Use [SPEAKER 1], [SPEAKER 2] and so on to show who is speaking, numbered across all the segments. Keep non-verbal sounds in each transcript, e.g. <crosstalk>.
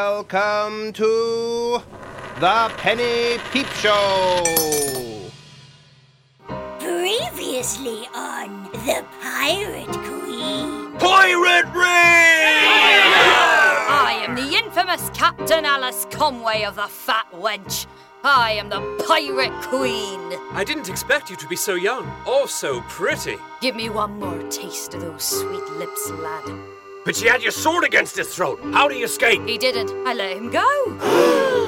[SPEAKER 1] Welcome to the Penny Peep Show.
[SPEAKER 2] Previously on The Pirate Queen.
[SPEAKER 1] Pirate Ring!
[SPEAKER 3] I am the infamous Captain Alice Conway of the Fat Wench. I am the Pirate Queen.
[SPEAKER 4] I didn't expect you to be so young or so pretty.
[SPEAKER 3] Give me one more taste of those sweet lips, lad.
[SPEAKER 4] But she had your sword against his throat. How do you escape?
[SPEAKER 3] He didn't. I let him go.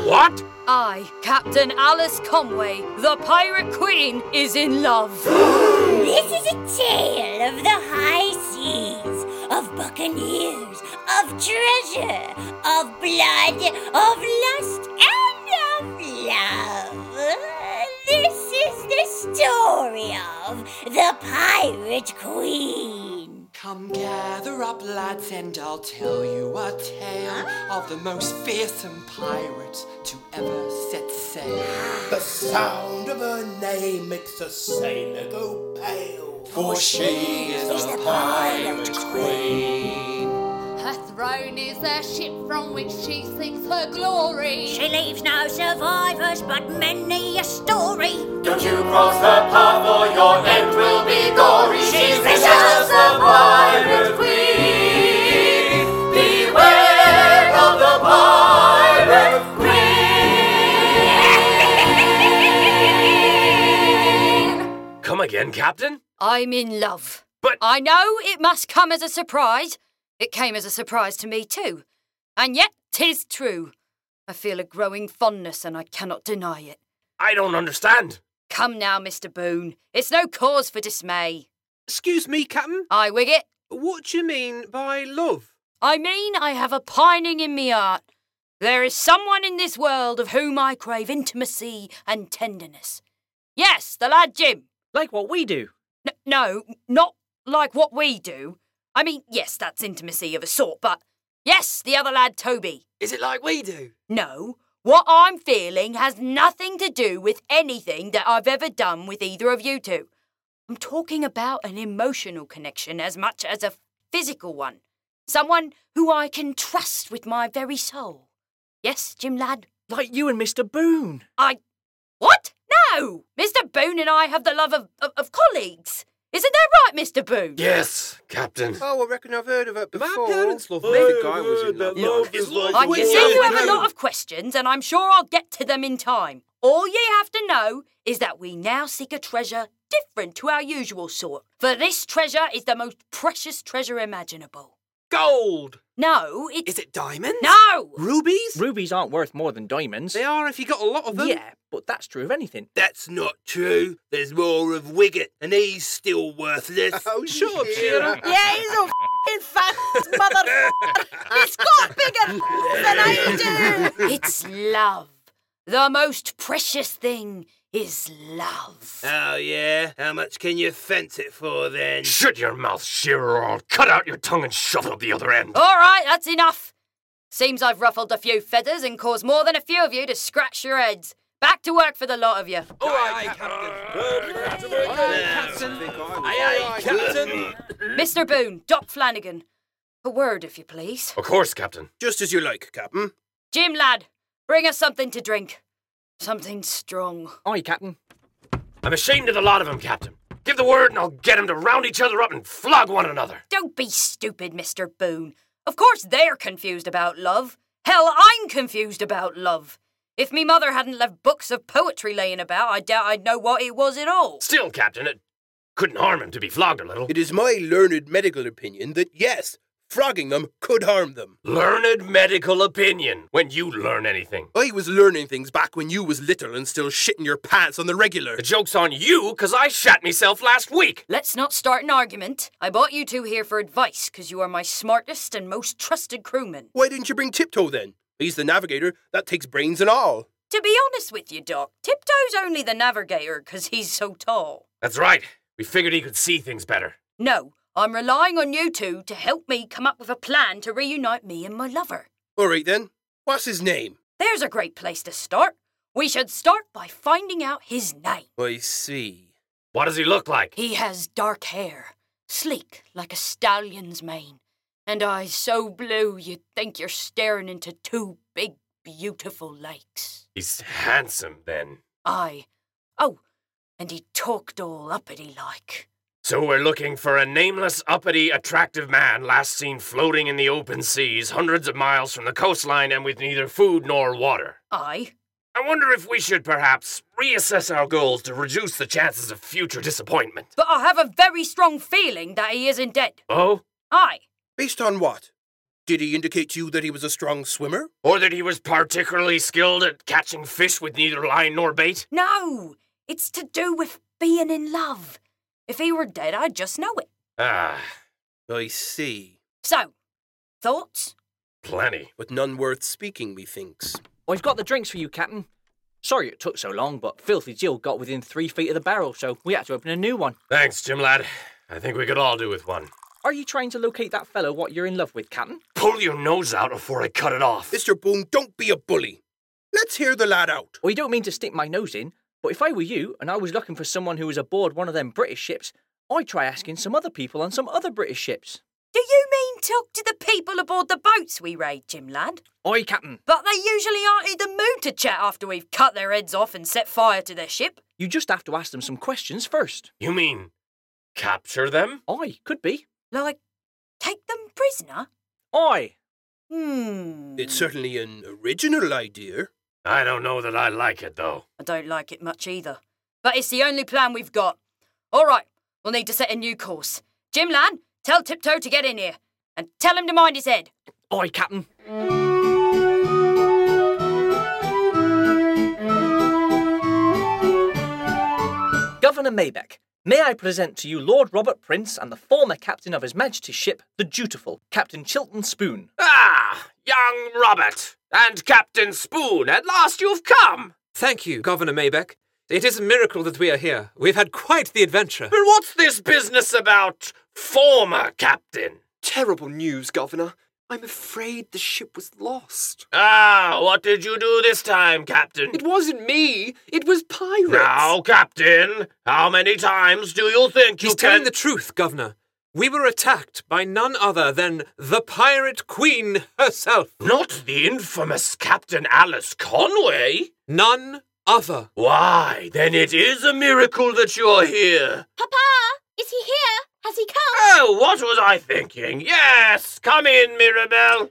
[SPEAKER 4] What?
[SPEAKER 3] I, Captain Alice Conway, the Pirate Queen, is in love.
[SPEAKER 2] This is a tale of the high seas, of buccaneers, of treasure, of blood, of lust, and of love. This is the story of the Pirate Queen.
[SPEAKER 5] Come gather up, lads, and I'll tell you a tale of the most fearsome pirate to ever set sail.
[SPEAKER 6] The sound of her name makes a sailor go pale.
[SPEAKER 5] For she is the pirate queen.
[SPEAKER 7] Her throne is a ship from which she sings her glory.
[SPEAKER 2] She leaves no survivors, but many a story.
[SPEAKER 5] Don't you cross the path, or your end will be gory. She's vicious, the pirate queen. Beware of the pirate
[SPEAKER 4] Come again, Captain?
[SPEAKER 3] I'm in love.
[SPEAKER 4] But-
[SPEAKER 3] I know it must come as a surprise. It came as a surprise to me too. And yet 'tis true. I feel a growing fondness and I cannot deny it.
[SPEAKER 4] I don't understand.
[SPEAKER 3] Come now, Mr. Boone. It's no cause for dismay.
[SPEAKER 8] Excuse me, Captain.
[SPEAKER 3] I wig it.
[SPEAKER 8] What do you mean by love?
[SPEAKER 3] I mean, I have a pining in me heart. There is someone in this world of whom I crave intimacy and tenderness. Yes, the lad Jim.
[SPEAKER 8] Like what we do.
[SPEAKER 3] N- no, not like what we do. I mean, yes, that's intimacy of a sort, but yes, the other lad Toby.
[SPEAKER 4] Is it like we do?
[SPEAKER 3] No, what I'm feeling has nothing to do with anything that I've ever done with either of you two. I'm talking about an emotional connection as much as a physical one. Someone who I can trust with my very soul. Yes, Jim lad?
[SPEAKER 8] Like you and Mr. Boone.
[SPEAKER 3] I. What? No! Mr. Boone and I have the love of, of, of colleagues. Isn't that right, Mr. Boone?
[SPEAKER 4] Yes, Captain.
[SPEAKER 1] Oh, I reckon I've heard of it before.
[SPEAKER 8] My parents love me.
[SPEAKER 1] The guy was in love.
[SPEAKER 3] I can see you have a lot of questions, and I'm sure I'll get to them in time. All ye have to know is that we now seek a treasure different to our usual sort, for this treasure is the most precious treasure imaginable.
[SPEAKER 8] Gold.
[SPEAKER 3] No, it's.
[SPEAKER 8] it diamonds?
[SPEAKER 3] No!
[SPEAKER 8] Rubies?
[SPEAKER 9] Rubies aren't worth more than diamonds.
[SPEAKER 8] They are if you got a lot of them.
[SPEAKER 9] Yeah, but that's true of anything.
[SPEAKER 6] That's not true. There's more of Wiggett, and he's still
[SPEAKER 4] <laughs>
[SPEAKER 6] worthless.
[SPEAKER 1] Oh,
[SPEAKER 8] Shut up,
[SPEAKER 1] yeah.
[SPEAKER 8] Shearer.
[SPEAKER 10] Yeah, he's a f***ing fat motherfucker. He's got bigger than I do.
[SPEAKER 3] <laughs> It's love. The most precious thing is love.
[SPEAKER 6] Oh, yeah? How much can you fence it for then?
[SPEAKER 4] Shut your mouth, Shearer, or I'll cut out your tongue and shove it up the other end.
[SPEAKER 3] All right, that's enough. Seems I've ruffled a few feathers and caused more than a few of you to scratch your heads. Back to work for the lot of you.
[SPEAKER 8] All right, Captain. All right, Captain.
[SPEAKER 1] Aye, aye,
[SPEAKER 8] Captain.
[SPEAKER 3] Mr. Boone, Doc Flanagan. A word, if you please.
[SPEAKER 4] Of course, Captain.
[SPEAKER 1] Just as you like, Captain.
[SPEAKER 3] Jim, lad, bring us something to drink. Something strong.
[SPEAKER 9] Aye, Captain.
[SPEAKER 4] I'm ashamed of the lot of 'em, Captain. Give the word and I'll get 'em to round each other up and flog one another.
[SPEAKER 3] Don't be stupid, Mr. Boone. Of course they're confused about love. Hell, I'm confused about love. If me mother hadn't left books of poetry laying about, I doubt I'd know what it was at all.
[SPEAKER 4] Still, Captain, it couldn't harm him to be flogged a little.
[SPEAKER 1] It is my learned medical opinion that yes, frogging them could harm them.
[SPEAKER 4] Learned medical opinion when you learn anything.
[SPEAKER 1] I was learning things back when you was little and still shitting your pants on the regular.
[SPEAKER 4] The joke's on you, 'cause I shat myself last week.
[SPEAKER 3] Let's not start an argument. I brought you two here for advice, because you are my smartest and most trusted crewmen.
[SPEAKER 1] Why didn't you bring Tiptoe then? He's the navigator. That takes brains and all.
[SPEAKER 3] To be honest with you, Doc, Tiptoe's only the navigator because he's so tall.
[SPEAKER 4] That's right. We figured he could see things better.
[SPEAKER 3] No, I'm relying on you two to help me come up with a plan to reunite me and my lover.
[SPEAKER 1] All right then. What's his name?
[SPEAKER 3] There's a great place to start. We should start by finding out his name.
[SPEAKER 1] I see.
[SPEAKER 4] What does he look like?
[SPEAKER 3] He has dark hair, sleek like a stallion's mane, and eyes so blue you'd think you're staring into two big, beautiful lakes.
[SPEAKER 4] He's handsome, then.
[SPEAKER 3] Aye. Oh, and he talked all uppity like.
[SPEAKER 4] So we're looking for a nameless, uppity, attractive man last seen floating in the open seas, hundreds of miles from the coastline, and with neither food nor water.
[SPEAKER 3] Aye.
[SPEAKER 4] I wonder if we should perhaps reassess our goals to reduce the chances of future disappointment.
[SPEAKER 3] But I have a very strong feeling that he isn't dead.
[SPEAKER 4] Oh?
[SPEAKER 3] Aye.
[SPEAKER 1] Based on what? Did he indicate to you that he was a strong swimmer?
[SPEAKER 4] Or that he was particularly skilled at catching fish with neither line nor bait?
[SPEAKER 3] No! It's to do with being in love. If he were dead, I'd just know it.
[SPEAKER 4] Ah,
[SPEAKER 1] I see.
[SPEAKER 3] So, thoughts?
[SPEAKER 4] plenty.
[SPEAKER 1] But none worth speaking, methinks.
[SPEAKER 9] I've got the drinks for you, Captain. Sorry it took so long, but Filthy Jill got within three feet of the barrel, so we had to open a new one.
[SPEAKER 4] Thanks, Jim lad. I think we could all do with one.
[SPEAKER 9] Are you trying to locate that fellow what you're in love with, Captain?
[SPEAKER 4] Pull your nose out before I cut it off.
[SPEAKER 1] Mr. Boom, don't be a bully. Let's hear the lad out.
[SPEAKER 9] Well, you don't mean to stick my nose in, but if I were you and I was looking for someone who was aboard one of them British ships, I'd try asking some other people on some other British ships.
[SPEAKER 3] Do you mean talk to the people aboard the boats we raid, Jim lad?
[SPEAKER 9] Oi, Captain,
[SPEAKER 3] But they usually aren't in the mood to chat after we've cut their heads off and set fire to their ship.
[SPEAKER 9] you just have to ask them some questions first.
[SPEAKER 4] You mean capture them?
[SPEAKER 9] Aye, could be.
[SPEAKER 3] Like, take them prisoner?
[SPEAKER 9] Aye.
[SPEAKER 3] Hmm.
[SPEAKER 1] It's certainly an original idea.
[SPEAKER 4] I don't know that I like it, though.
[SPEAKER 3] I don't like it much either. But it's the only plan we've got. All right, we'll need to set a new course. Jim lad, tell Tiptoe to get in here. And tell him to mind his head.
[SPEAKER 9] Aye, Captain. Governor Maybeck, may I present to you Lord Robert Prince and the former captain of His Majesty's ship, the Dutiful, Captain Chilton Spoon.
[SPEAKER 4] Ah, young Robert and Captain Spoon, at last you've come.
[SPEAKER 11] Thank you, Governor Maybeck. It is a miracle that we are here. We've had quite the adventure.
[SPEAKER 4] But what's this business about former captain?
[SPEAKER 12] Terrible news, Governor. I'm afraid the ship was lost.
[SPEAKER 4] Ah, what did you do this time, Captain?
[SPEAKER 12] It wasn't me. It was pirates.
[SPEAKER 4] Now, Captain, how many times do you think you
[SPEAKER 11] He's
[SPEAKER 4] can?
[SPEAKER 11] telling the truth, Governor. We were attacked by none other than the Pirate Queen herself.
[SPEAKER 4] Not the infamous Captain Alice Conway.
[SPEAKER 11] None other.
[SPEAKER 4] Why, then it is a miracle that you're here.
[SPEAKER 2] Papa, is he here? Has he come?
[SPEAKER 4] Oh, what was I thinking? Yes, come in, Mirabelle.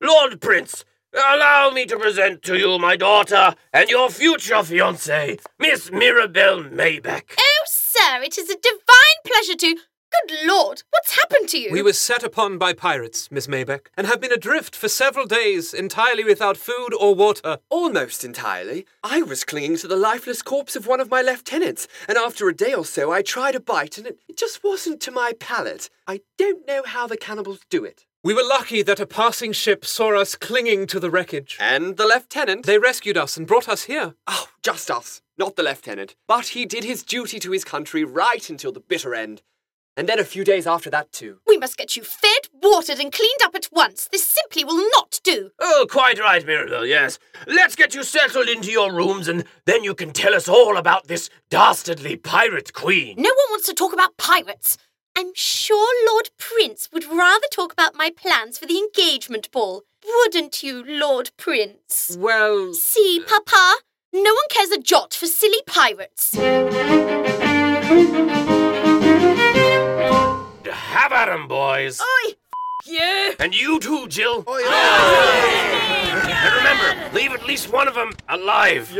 [SPEAKER 4] Lord Prince, allow me to present to you my daughter and your future fiancée, Miss Mirabelle Maybeck.
[SPEAKER 13] Oh, sir, it is a divine pleasure to. Good lord, what's happened to you?
[SPEAKER 11] We were set upon by pirates, Miss Maybeck, and have been adrift for several days, entirely without food or water.
[SPEAKER 12] Almost entirely. I was clinging to the lifeless corpse of one of my lieutenants, and after a day or so I tried a bite and it it just wasn't to my palate. I don't know how the cannibals do it.
[SPEAKER 11] We were lucky that a passing ship saw us clinging to the wreckage.
[SPEAKER 12] And the lieutenant?
[SPEAKER 11] They rescued us and brought us here.
[SPEAKER 12] Oh, just us, not the lieutenant. But he did his duty to his country right until the bitter end. And then a few days after that, too.
[SPEAKER 13] We must get you fed, watered, and cleaned up at once. This simply will not do.
[SPEAKER 4] Oh, quite right, Mirabelle, yes. Let's get you settled into your rooms and then you can tell us all about this dastardly pirate queen.
[SPEAKER 13] No one wants to talk about pirates. I'm sure Lord Prince would rather talk about my plans for the engagement ball. Wouldn't you, Lord Prince?
[SPEAKER 12] Well.
[SPEAKER 13] See, Papa, no one cares a jot for silly pirates.
[SPEAKER 4] Have at 'em, boys.
[SPEAKER 10] Oi! F- you!
[SPEAKER 4] And you too, Jill. And remember, leave at least one of them alive.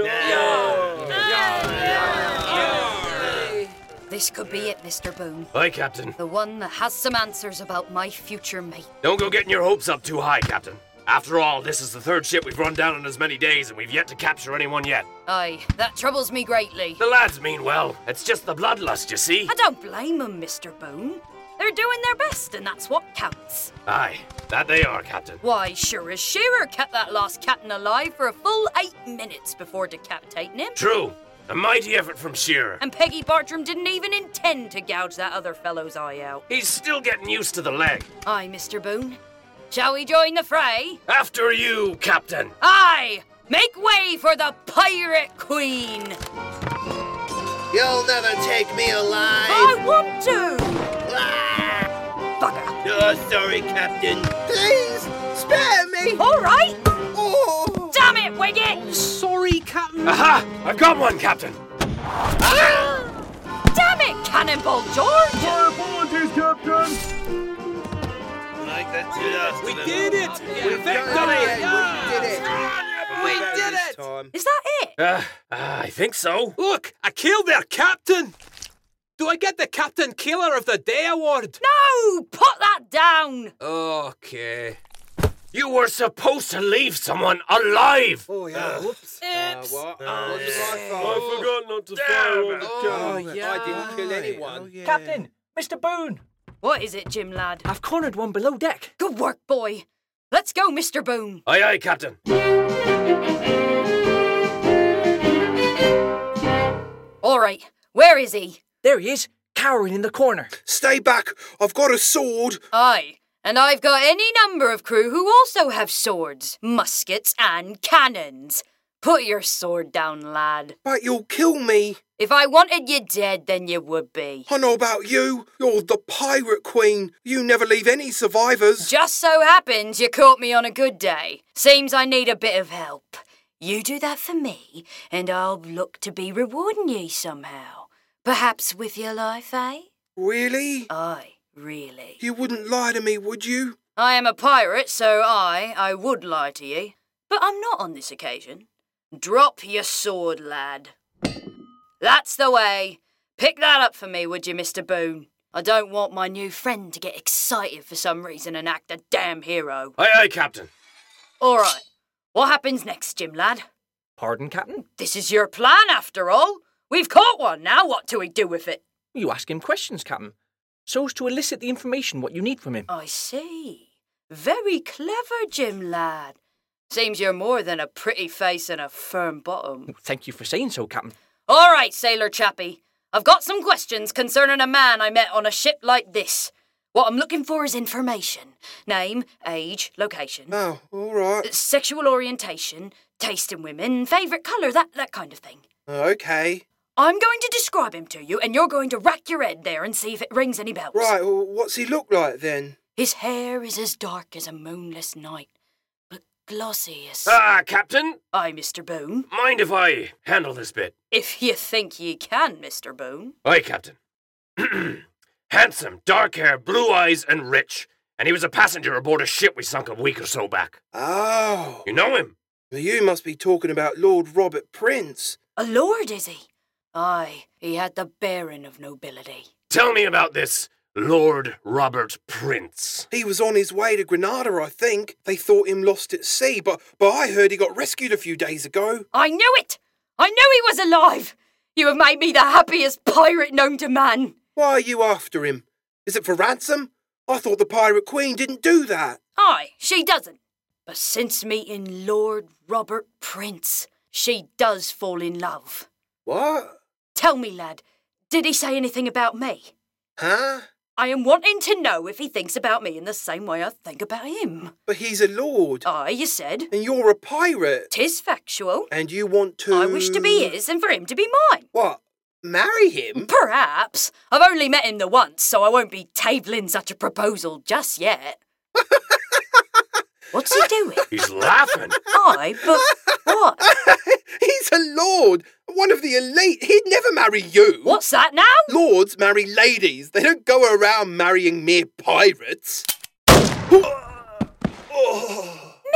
[SPEAKER 3] This could be it, Mr. Boone.
[SPEAKER 4] Hi, Captain.
[SPEAKER 3] The one that has some answers about my future mate.
[SPEAKER 4] Don't go getting your hopes up too high, Captain. After all, this is the third ship we've run down in as many days, and we've yet to capture anyone yet.
[SPEAKER 3] Aye, that troubles me greatly.
[SPEAKER 4] The lads mean well. It's just the bloodlust, you see.
[SPEAKER 3] I don't blame 'em, Mr. Boone. They're doing their best, and that's what counts.
[SPEAKER 4] Aye, that they are, Captain.
[SPEAKER 3] Why, sure as Shearer kept that last captain alive for a full eight minutes before decapitating him.
[SPEAKER 4] True. A mighty effort from Shearer.
[SPEAKER 10] Um,
[SPEAKER 3] And Peggy Bartram didn't even intend to gouge that other fellow's eye out.
[SPEAKER 4] He's still getting used to the leg.
[SPEAKER 3] Aye, Mr. Boone. Shall we join the fray?
[SPEAKER 4] After you, Captain.
[SPEAKER 3] Aye! Make way for the Pirate Queen! <laughs>
[SPEAKER 5] You'll never take me alive.
[SPEAKER 3] I want to! Bugger!
[SPEAKER 1] Oh, sorry, Captain.
[SPEAKER 3] Please, spare me! All right! Damn it, Wicket!
[SPEAKER 11] Sorry, Captain.
[SPEAKER 4] Aha! I've got one, Captain.
[SPEAKER 3] Damn it, Cannonball George!
[SPEAKER 14] apologies, Captain!
[SPEAKER 1] Like that's the last We
[SPEAKER 11] did it!
[SPEAKER 1] We've done it! We did it! We did it!
[SPEAKER 3] Is that it?
[SPEAKER 11] Uh,
[SPEAKER 4] Ah,
[SPEAKER 11] I think so. Look, I killed their captain. Do I get the Captain Killer of the Day award?
[SPEAKER 3] No! Oh, Put that down!
[SPEAKER 11] Okay.
[SPEAKER 4] You were supposed to leave someone alive.
[SPEAKER 12] Oh yeah. Whoops. Ah,
[SPEAKER 3] Oops.
[SPEAKER 14] I forgot not to fire all the cannons.
[SPEAKER 1] I didn't kill anyone.
[SPEAKER 9] Captain, Mr. Boone.
[SPEAKER 3] What is it, Jim lad?
[SPEAKER 9] I've cornered one below deck.
[SPEAKER 3] Good work, boy. Let's go, Mr. Boone.
[SPEAKER 4] Aye, aye, Captain.
[SPEAKER 3] All right, where is he?
[SPEAKER 9] There he is, cowering in the corner.
[SPEAKER 15] Stay back! I've got a sword!
[SPEAKER 3] Aye, and I've got any number of crew who also have swords, muskets, and cannons. Put your sword down, lad.
[SPEAKER 15] But you'll kill me!
[SPEAKER 3] If I wanted you dead, then you would be.
[SPEAKER 15] I know about you! You're the pirate queen! You never leave any survivors!
[SPEAKER 3] Just so happens you caught me on a good day. Seems I need a bit of help. You do that for me, and I'll look to be rewarding ye somehow. Perhaps with your life, eh?
[SPEAKER 15] Really?
[SPEAKER 3] Aye, really.
[SPEAKER 15] You wouldn't lie to me, would you?
[SPEAKER 3] I am a pirate, so I, I would lie to ye. But I'm not on this occasion. Drop your sword, lad. That's the way. Pick that up for me, would you, Mr. Boone? I don't want my new friend to get excited for some reason and act a damn hero.
[SPEAKER 4] Aye, aye, Captain.
[SPEAKER 3] All right. What happens next, Jim lad?
[SPEAKER 9] Pardon, Captain?
[SPEAKER 3] This is your plan, after all. We've caught one. Now what do we do with it?
[SPEAKER 9] You ask him questions, Captain, so as to elicit the information what you need from him.
[SPEAKER 4] Oh.
[SPEAKER 3] I see. Very clever, Jim lad. Seems you're more than a pretty face and a firm bottom.
[SPEAKER 9] Thank you for saying so, Captain.
[SPEAKER 3] All right, sailor chappie. I've got some questions concerning a man I met on a ship like this. What I'm looking for is information name, age, location.
[SPEAKER 15] Oh, all right.
[SPEAKER 3] Sexual orientation, taste in women, favourite colour, that, that kind of thing.
[SPEAKER 15] Uh, Okay.
[SPEAKER 3] I'm going to describe him to you, and you're going to rack your head there and see if it rings any bells.
[SPEAKER 15] Right, well, what's he look like then?
[SPEAKER 3] His hair is as dark as a moonless night, but glossy as.
[SPEAKER 4] Ah, Captain.
[SPEAKER 3] Aye, Mr. Boone.
[SPEAKER 4] Mind if I handle this bit?
[SPEAKER 3] If you think ye can, Mr. Boone.
[SPEAKER 4] Aye, Captain. <clears throat> Handsome, dark hair, blue eyes, and rich. And he was a passenger aboard a ship we sunk a week or so back.
[SPEAKER 15] Oh.
[SPEAKER 4] You know him?
[SPEAKER 15] You must be talking about Lord Robert Prince.
[SPEAKER 3] A lord, is he? Aye, he had the bearing of nobility.
[SPEAKER 4] Tell me about this Lord Robert Prince.
[SPEAKER 15] He was on his way to Granada, I think. They thought him lost at sea, but, but I heard he got rescued a few days ago.
[SPEAKER 3] I knew it! I knew he was alive! You have made me the happiest pirate known to man.
[SPEAKER 15] Why are you after him? Is it for ransom? I thought the Pirate Queen didn't do that.
[SPEAKER 3] Aye, she doesn't. But since meeting Lord Robert Prince, she does fall in love.
[SPEAKER 15] What?
[SPEAKER 3] Tell me, lad, did he say anything about me?
[SPEAKER 15] Huh?
[SPEAKER 3] I am wanting to know if he thinks about me in the same way I think about him.
[SPEAKER 15] But he's a lord,
[SPEAKER 3] Aye, you said.
[SPEAKER 15] and you're a pirate,
[SPEAKER 3] Tis factual.
[SPEAKER 15] and you want to.
[SPEAKER 3] I wish to be his and for him to be mine.
[SPEAKER 15] What? Marry him? <laughs>
[SPEAKER 3] Perhaps. I've only met him the once, so I won't be tabling such a proposal just yet.
[SPEAKER 4] <laughs>
[SPEAKER 3] What's he doing?
[SPEAKER 4] He's
[SPEAKER 12] <laughs>
[SPEAKER 4] laughing.
[SPEAKER 3] Aye, but what?
[SPEAKER 15] He's a lord, one of the elite. He'd never marry you.
[SPEAKER 3] What's that now?
[SPEAKER 15] Lords marry ladies. They don't go around marrying mere pirates.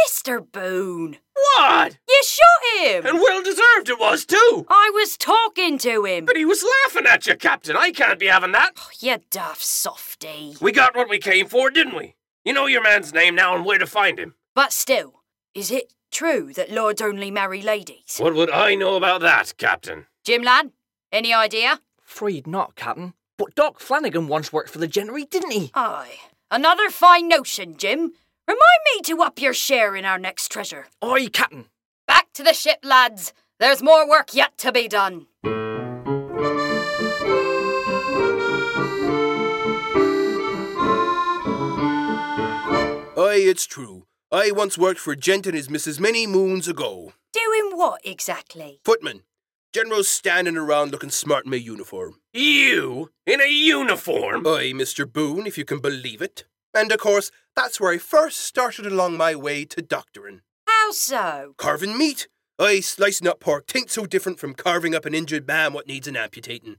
[SPEAKER 3] Mr. Boone.
[SPEAKER 4] What?
[SPEAKER 3] You shot him!
[SPEAKER 4] And well deserved it was, too.
[SPEAKER 3] I was talking to him.
[SPEAKER 4] But he was laughing at you, Captain. I can't be having that.
[SPEAKER 3] You daft softy.
[SPEAKER 4] We got what we came for, didn't we? You know your man's name now and where to find him.
[SPEAKER 3] But still, is it true that lords only marry ladies?
[SPEAKER 4] What would I know about that, Captain?
[SPEAKER 3] Jim lad, any idea?
[SPEAKER 9] Afraid not, Captain. But Doc Flanagan once worked for the Genery, didn't he?
[SPEAKER 3] Aye. Another fine notion, Jim. Remind me to up your share in our next treasure.
[SPEAKER 4] Oh.
[SPEAKER 9] Aye, Captain.
[SPEAKER 3] Back to the ship, lads. There's more work yet to be done.
[SPEAKER 1] Aye, it's true. I once worked for a gent and his missus many moons ago.
[SPEAKER 3] Doing what exactly?
[SPEAKER 1] Footman. General's standing around looking smart in my uniform.
[SPEAKER 4] You in a uniform?
[SPEAKER 1] Aye, Mr. Boone, if you can believe it. And of course, that's where I first started along my way to doctoring.
[SPEAKER 3] How so?
[SPEAKER 1] Carving meat. I slicing up pork tain't so different from carving up an injured man what needs an amputating.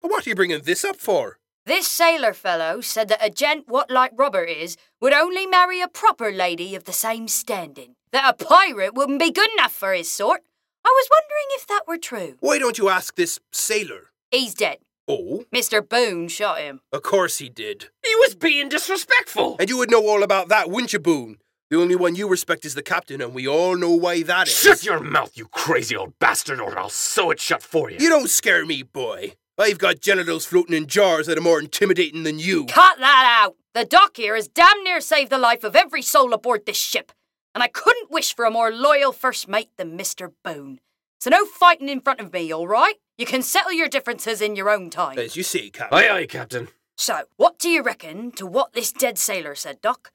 [SPEAKER 1] But what are you bringing this up for?
[SPEAKER 3] This sailor fellow said that a gent what like Robert is would only marry a proper lady of the same standing. That a pirate wouldn't be good enough for his sort. I was wondering if that were true.
[SPEAKER 1] Why don't you ask this sailor?
[SPEAKER 3] He's dead.
[SPEAKER 1] Oh?
[SPEAKER 3] Mr. Boone shot him.
[SPEAKER 1] Of course he did.
[SPEAKER 4] He was being disrespectful.
[SPEAKER 1] And you would know all about that, wouldn't you, Boone? The only one you respect is the captain, and we all know why that is.
[SPEAKER 4] Shut your mouth, you crazy old bastard, or I'll sew it shut for you.
[SPEAKER 1] You don't scare me, boy. I've got genitals floating in jars that are more intimidating than you.
[SPEAKER 3] Cut that out! The doc here has damn near saved the life of every soul aboard this ship, and I couldn't wish for a more loyal first mate than Mr. Boone. So no fighting in front of me, all right? You can settle your differences in your own time.
[SPEAKER 1] As you see, Captain.
[SPEAKER 4] Aye, aye, Captain.
[SPEAKER 3] So, what do you reckon to what this dead sailor said, Doc?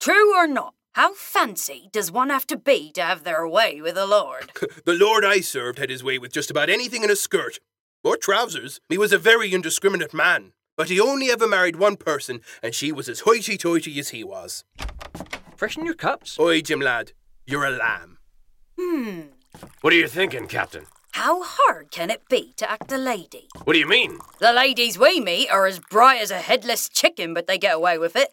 [SPEAKER 3] True or not? How fancy does one have to be to have their way with the Lord?
[SPEAKER 1] the Lord I served had his way with just about anything in a skirt or trousers. He was a very indiscriminate man, but he only ever married one person, and she was as hoity toity as he was.
[SPEAKER 9] Freshen your cups.
[SPEAKER 1] Oi, Jim lad, you're a lamb.
[SPEAKER 3] Hmm.
[SPEAKER 4] What are you thinking, Captain?
[SPEAKER 3] How hard can it be to act a lady?
[SPEAKER 4] What do you mean?
[SPEAKER 3] The ladies we meet are as bright as a headless chicken, but they get away with it.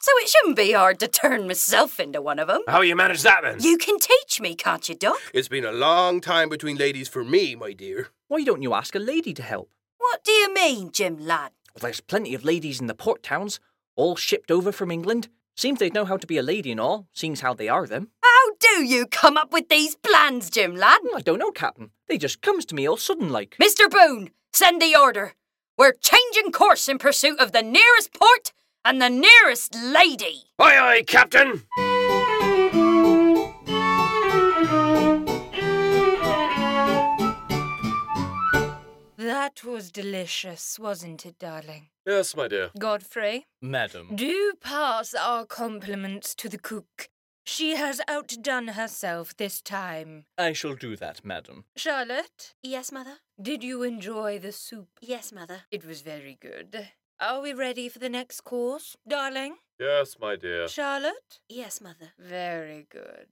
[SPEAKER 3] So it shouldn't be hard to turn myself into one of them.
[SPEAKER 4] How you manage that then?
[SPEAKER 3] You can teach me, can't you, Doc?
[SPEAKER 1] It's been a long time between ladies for me, my dear.
[SPEAKER 9] Why don't you ask a lady to help?
[SPEAKER 3] What do you mean, Jim lad?
[SPEAKER 9] Well, there's plenty of ladies in the port towns, all shipped over from England. Seems they'd know how to be a lady and all, seeing as how they are them.
[SPEAKER 3] How do you come up with these plans, Jim lad?
[SPEAKER 9] Hmm, I don't know, Captain. They just comes to me all sudden like.
[SPEAKER 3] Mr. Boone, send the order. We're changing course in pursuit of the nearest port and the nearest lady.
[SPEAKER 4] Aye, aye, Captain.
[SPEAKER 16] That was delicious, wasn't it, darling?
[SPEAKER 14] Yes, my dear.
[SPEAKER 16] Godfrey,
[SPEAKER 17] Madam.
[SPEAKER 16] do pass our compliments to the cook. She has outdone herself this time.
[SPEAKER 17] I shall do that, madam.
[SPEAKER 16] Charlotte?
[SPEAKER 13] Yes, mother?
[SPEAKER 16] Did you enjoy the soup?
[SPEAKER 13] Yes, mother.
[SPEAKER 16] It was very good. Are we ready for the next course, darling?
[SPEAKER 14] Yes, my dear.
[SPEAKER 16] Charlotte?
[SPEAKER 13] Yes, mother.
[SPEAKER 16] Very good.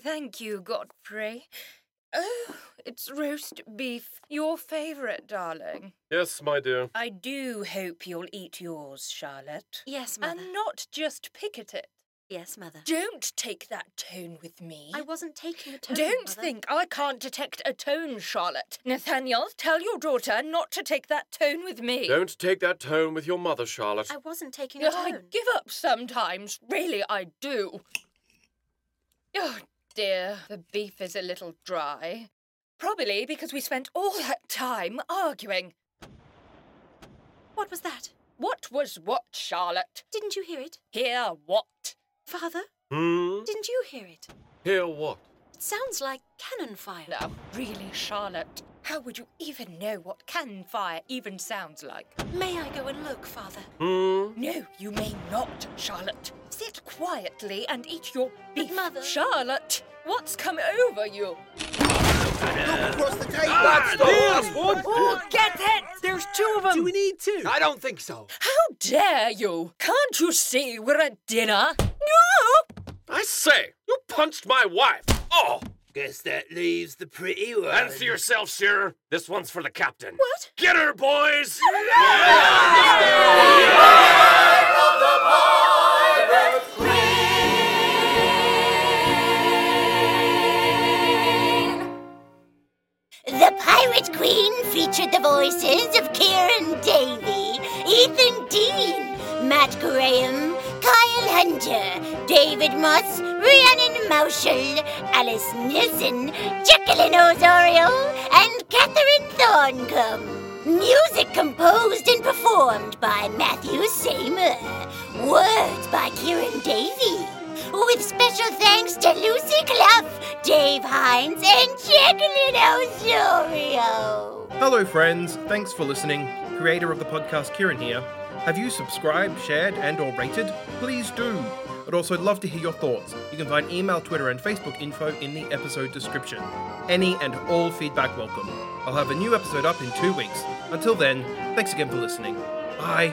[SPEAKER 16] Thank you, Godfrey. Oh, it's roast beef, your favourite, darling.
[SPEAKER 14] Yes, my dear.
[SPEAKER 16] I do hope you'll eat yours, Charlotte.
[SPEAKER 13] Yes, mother.
[SPEAKER 16] And not just pick at it.
[SPEAKER 13] Yes, mother.
[SPEAKER 16] Don't take that tone with me.
[SPEAKER 13] I wasn't taking a tone.
[SPEAKER 16] Don't
[SPEAKER 13] mother.
[SPEAKER 16] think I can't detect a tone, Charlotte. Nathaniel, tell your daughter not to take that tone with me.
[SPEAKER 14] Don't take that tone with your mother, Charlotte.
[SPEAKER 13] I wasn't taking a
[SPEAKER 16] Ugh,
[SPEAKER 13] tone.
[SPEAKER 16] I give up sometimes. Really, I do. Oh, dear. The beef is a little dry. Probably because we spent all that time arguing.
[SPEAKER 13] What was that?
[SPEAKER 16] What was what, Charlotte?
[SPEAKER 13] Didn't you hear it?
[SPEAKER 16] Hear what?
[SPEAKER 13] Father?
[SPEAKER 14] Hmm?
[SPEAKER 13] Didn't you hear it?
[SPEAKER 14] Hear what?
[SPEAKER 13] It sounds like cannon fire.
[SPEAKER 16] Now, really, Charlotte, how would you even know what cannon fire even sounds like?
[SPEAKER 13] May I go and look, father?
[SPEAKER 14] Hmm?
[SPEAKER 16] No, you may not, Charlotte. Sit quietly and eat your
[SPEAKER 13] But
[SPEAKER 16] beef.
[SPEAKER 13] mother-
[SPEAKER 16] Charlotte, what's come over you?
[SPEAKER 15] Look across the table.
[SPEAKER 11] That's the last one!
[SPEAKER 3] Oh, get it! There's two of them.
[SPEAKER 12] Do we need two? I don't think so.
[SPEAKER 16] How dare you? Can't you see we're at dinner? No!
[SPEAKER 4] I say, you punched my wife. Oh,
[SPEAKER 6] Guess that leaves the pretty one.
[SPEAKER 4] answer yourself, Shearer. This one's for the captain.
[SPEAKER 13] What?
[SPEAKER 4] Get her, boys!
[SPEAKER 2] The Pirate Queen featured the voices of Kieran Davey, Ethan Dean, Matt Graham, Kyle Hunter, David Moss, Rhiannon Mauschel, Alice Nielsen, Jacqueline Osorio, and Catherine Thorncombe. Music composed and performed by Matthew Seymour. Words by Kieran Davey. With special thanks to Lucy Clough, Dave Hines, and Jacqueline Osorio.
[SPEAKER 18] Hello, friends. Thanks for listening. Creator of the podcast, Kieran here. Have you subscribed, shared, and/or rated? Please do. I'd also love to hear your thoughts. You can find email, Twitter, and Facebook info in the episode description. Any and all feedback welcome. I'll have a new episode up in two weeks. Until then, thanks again for listening. Bye.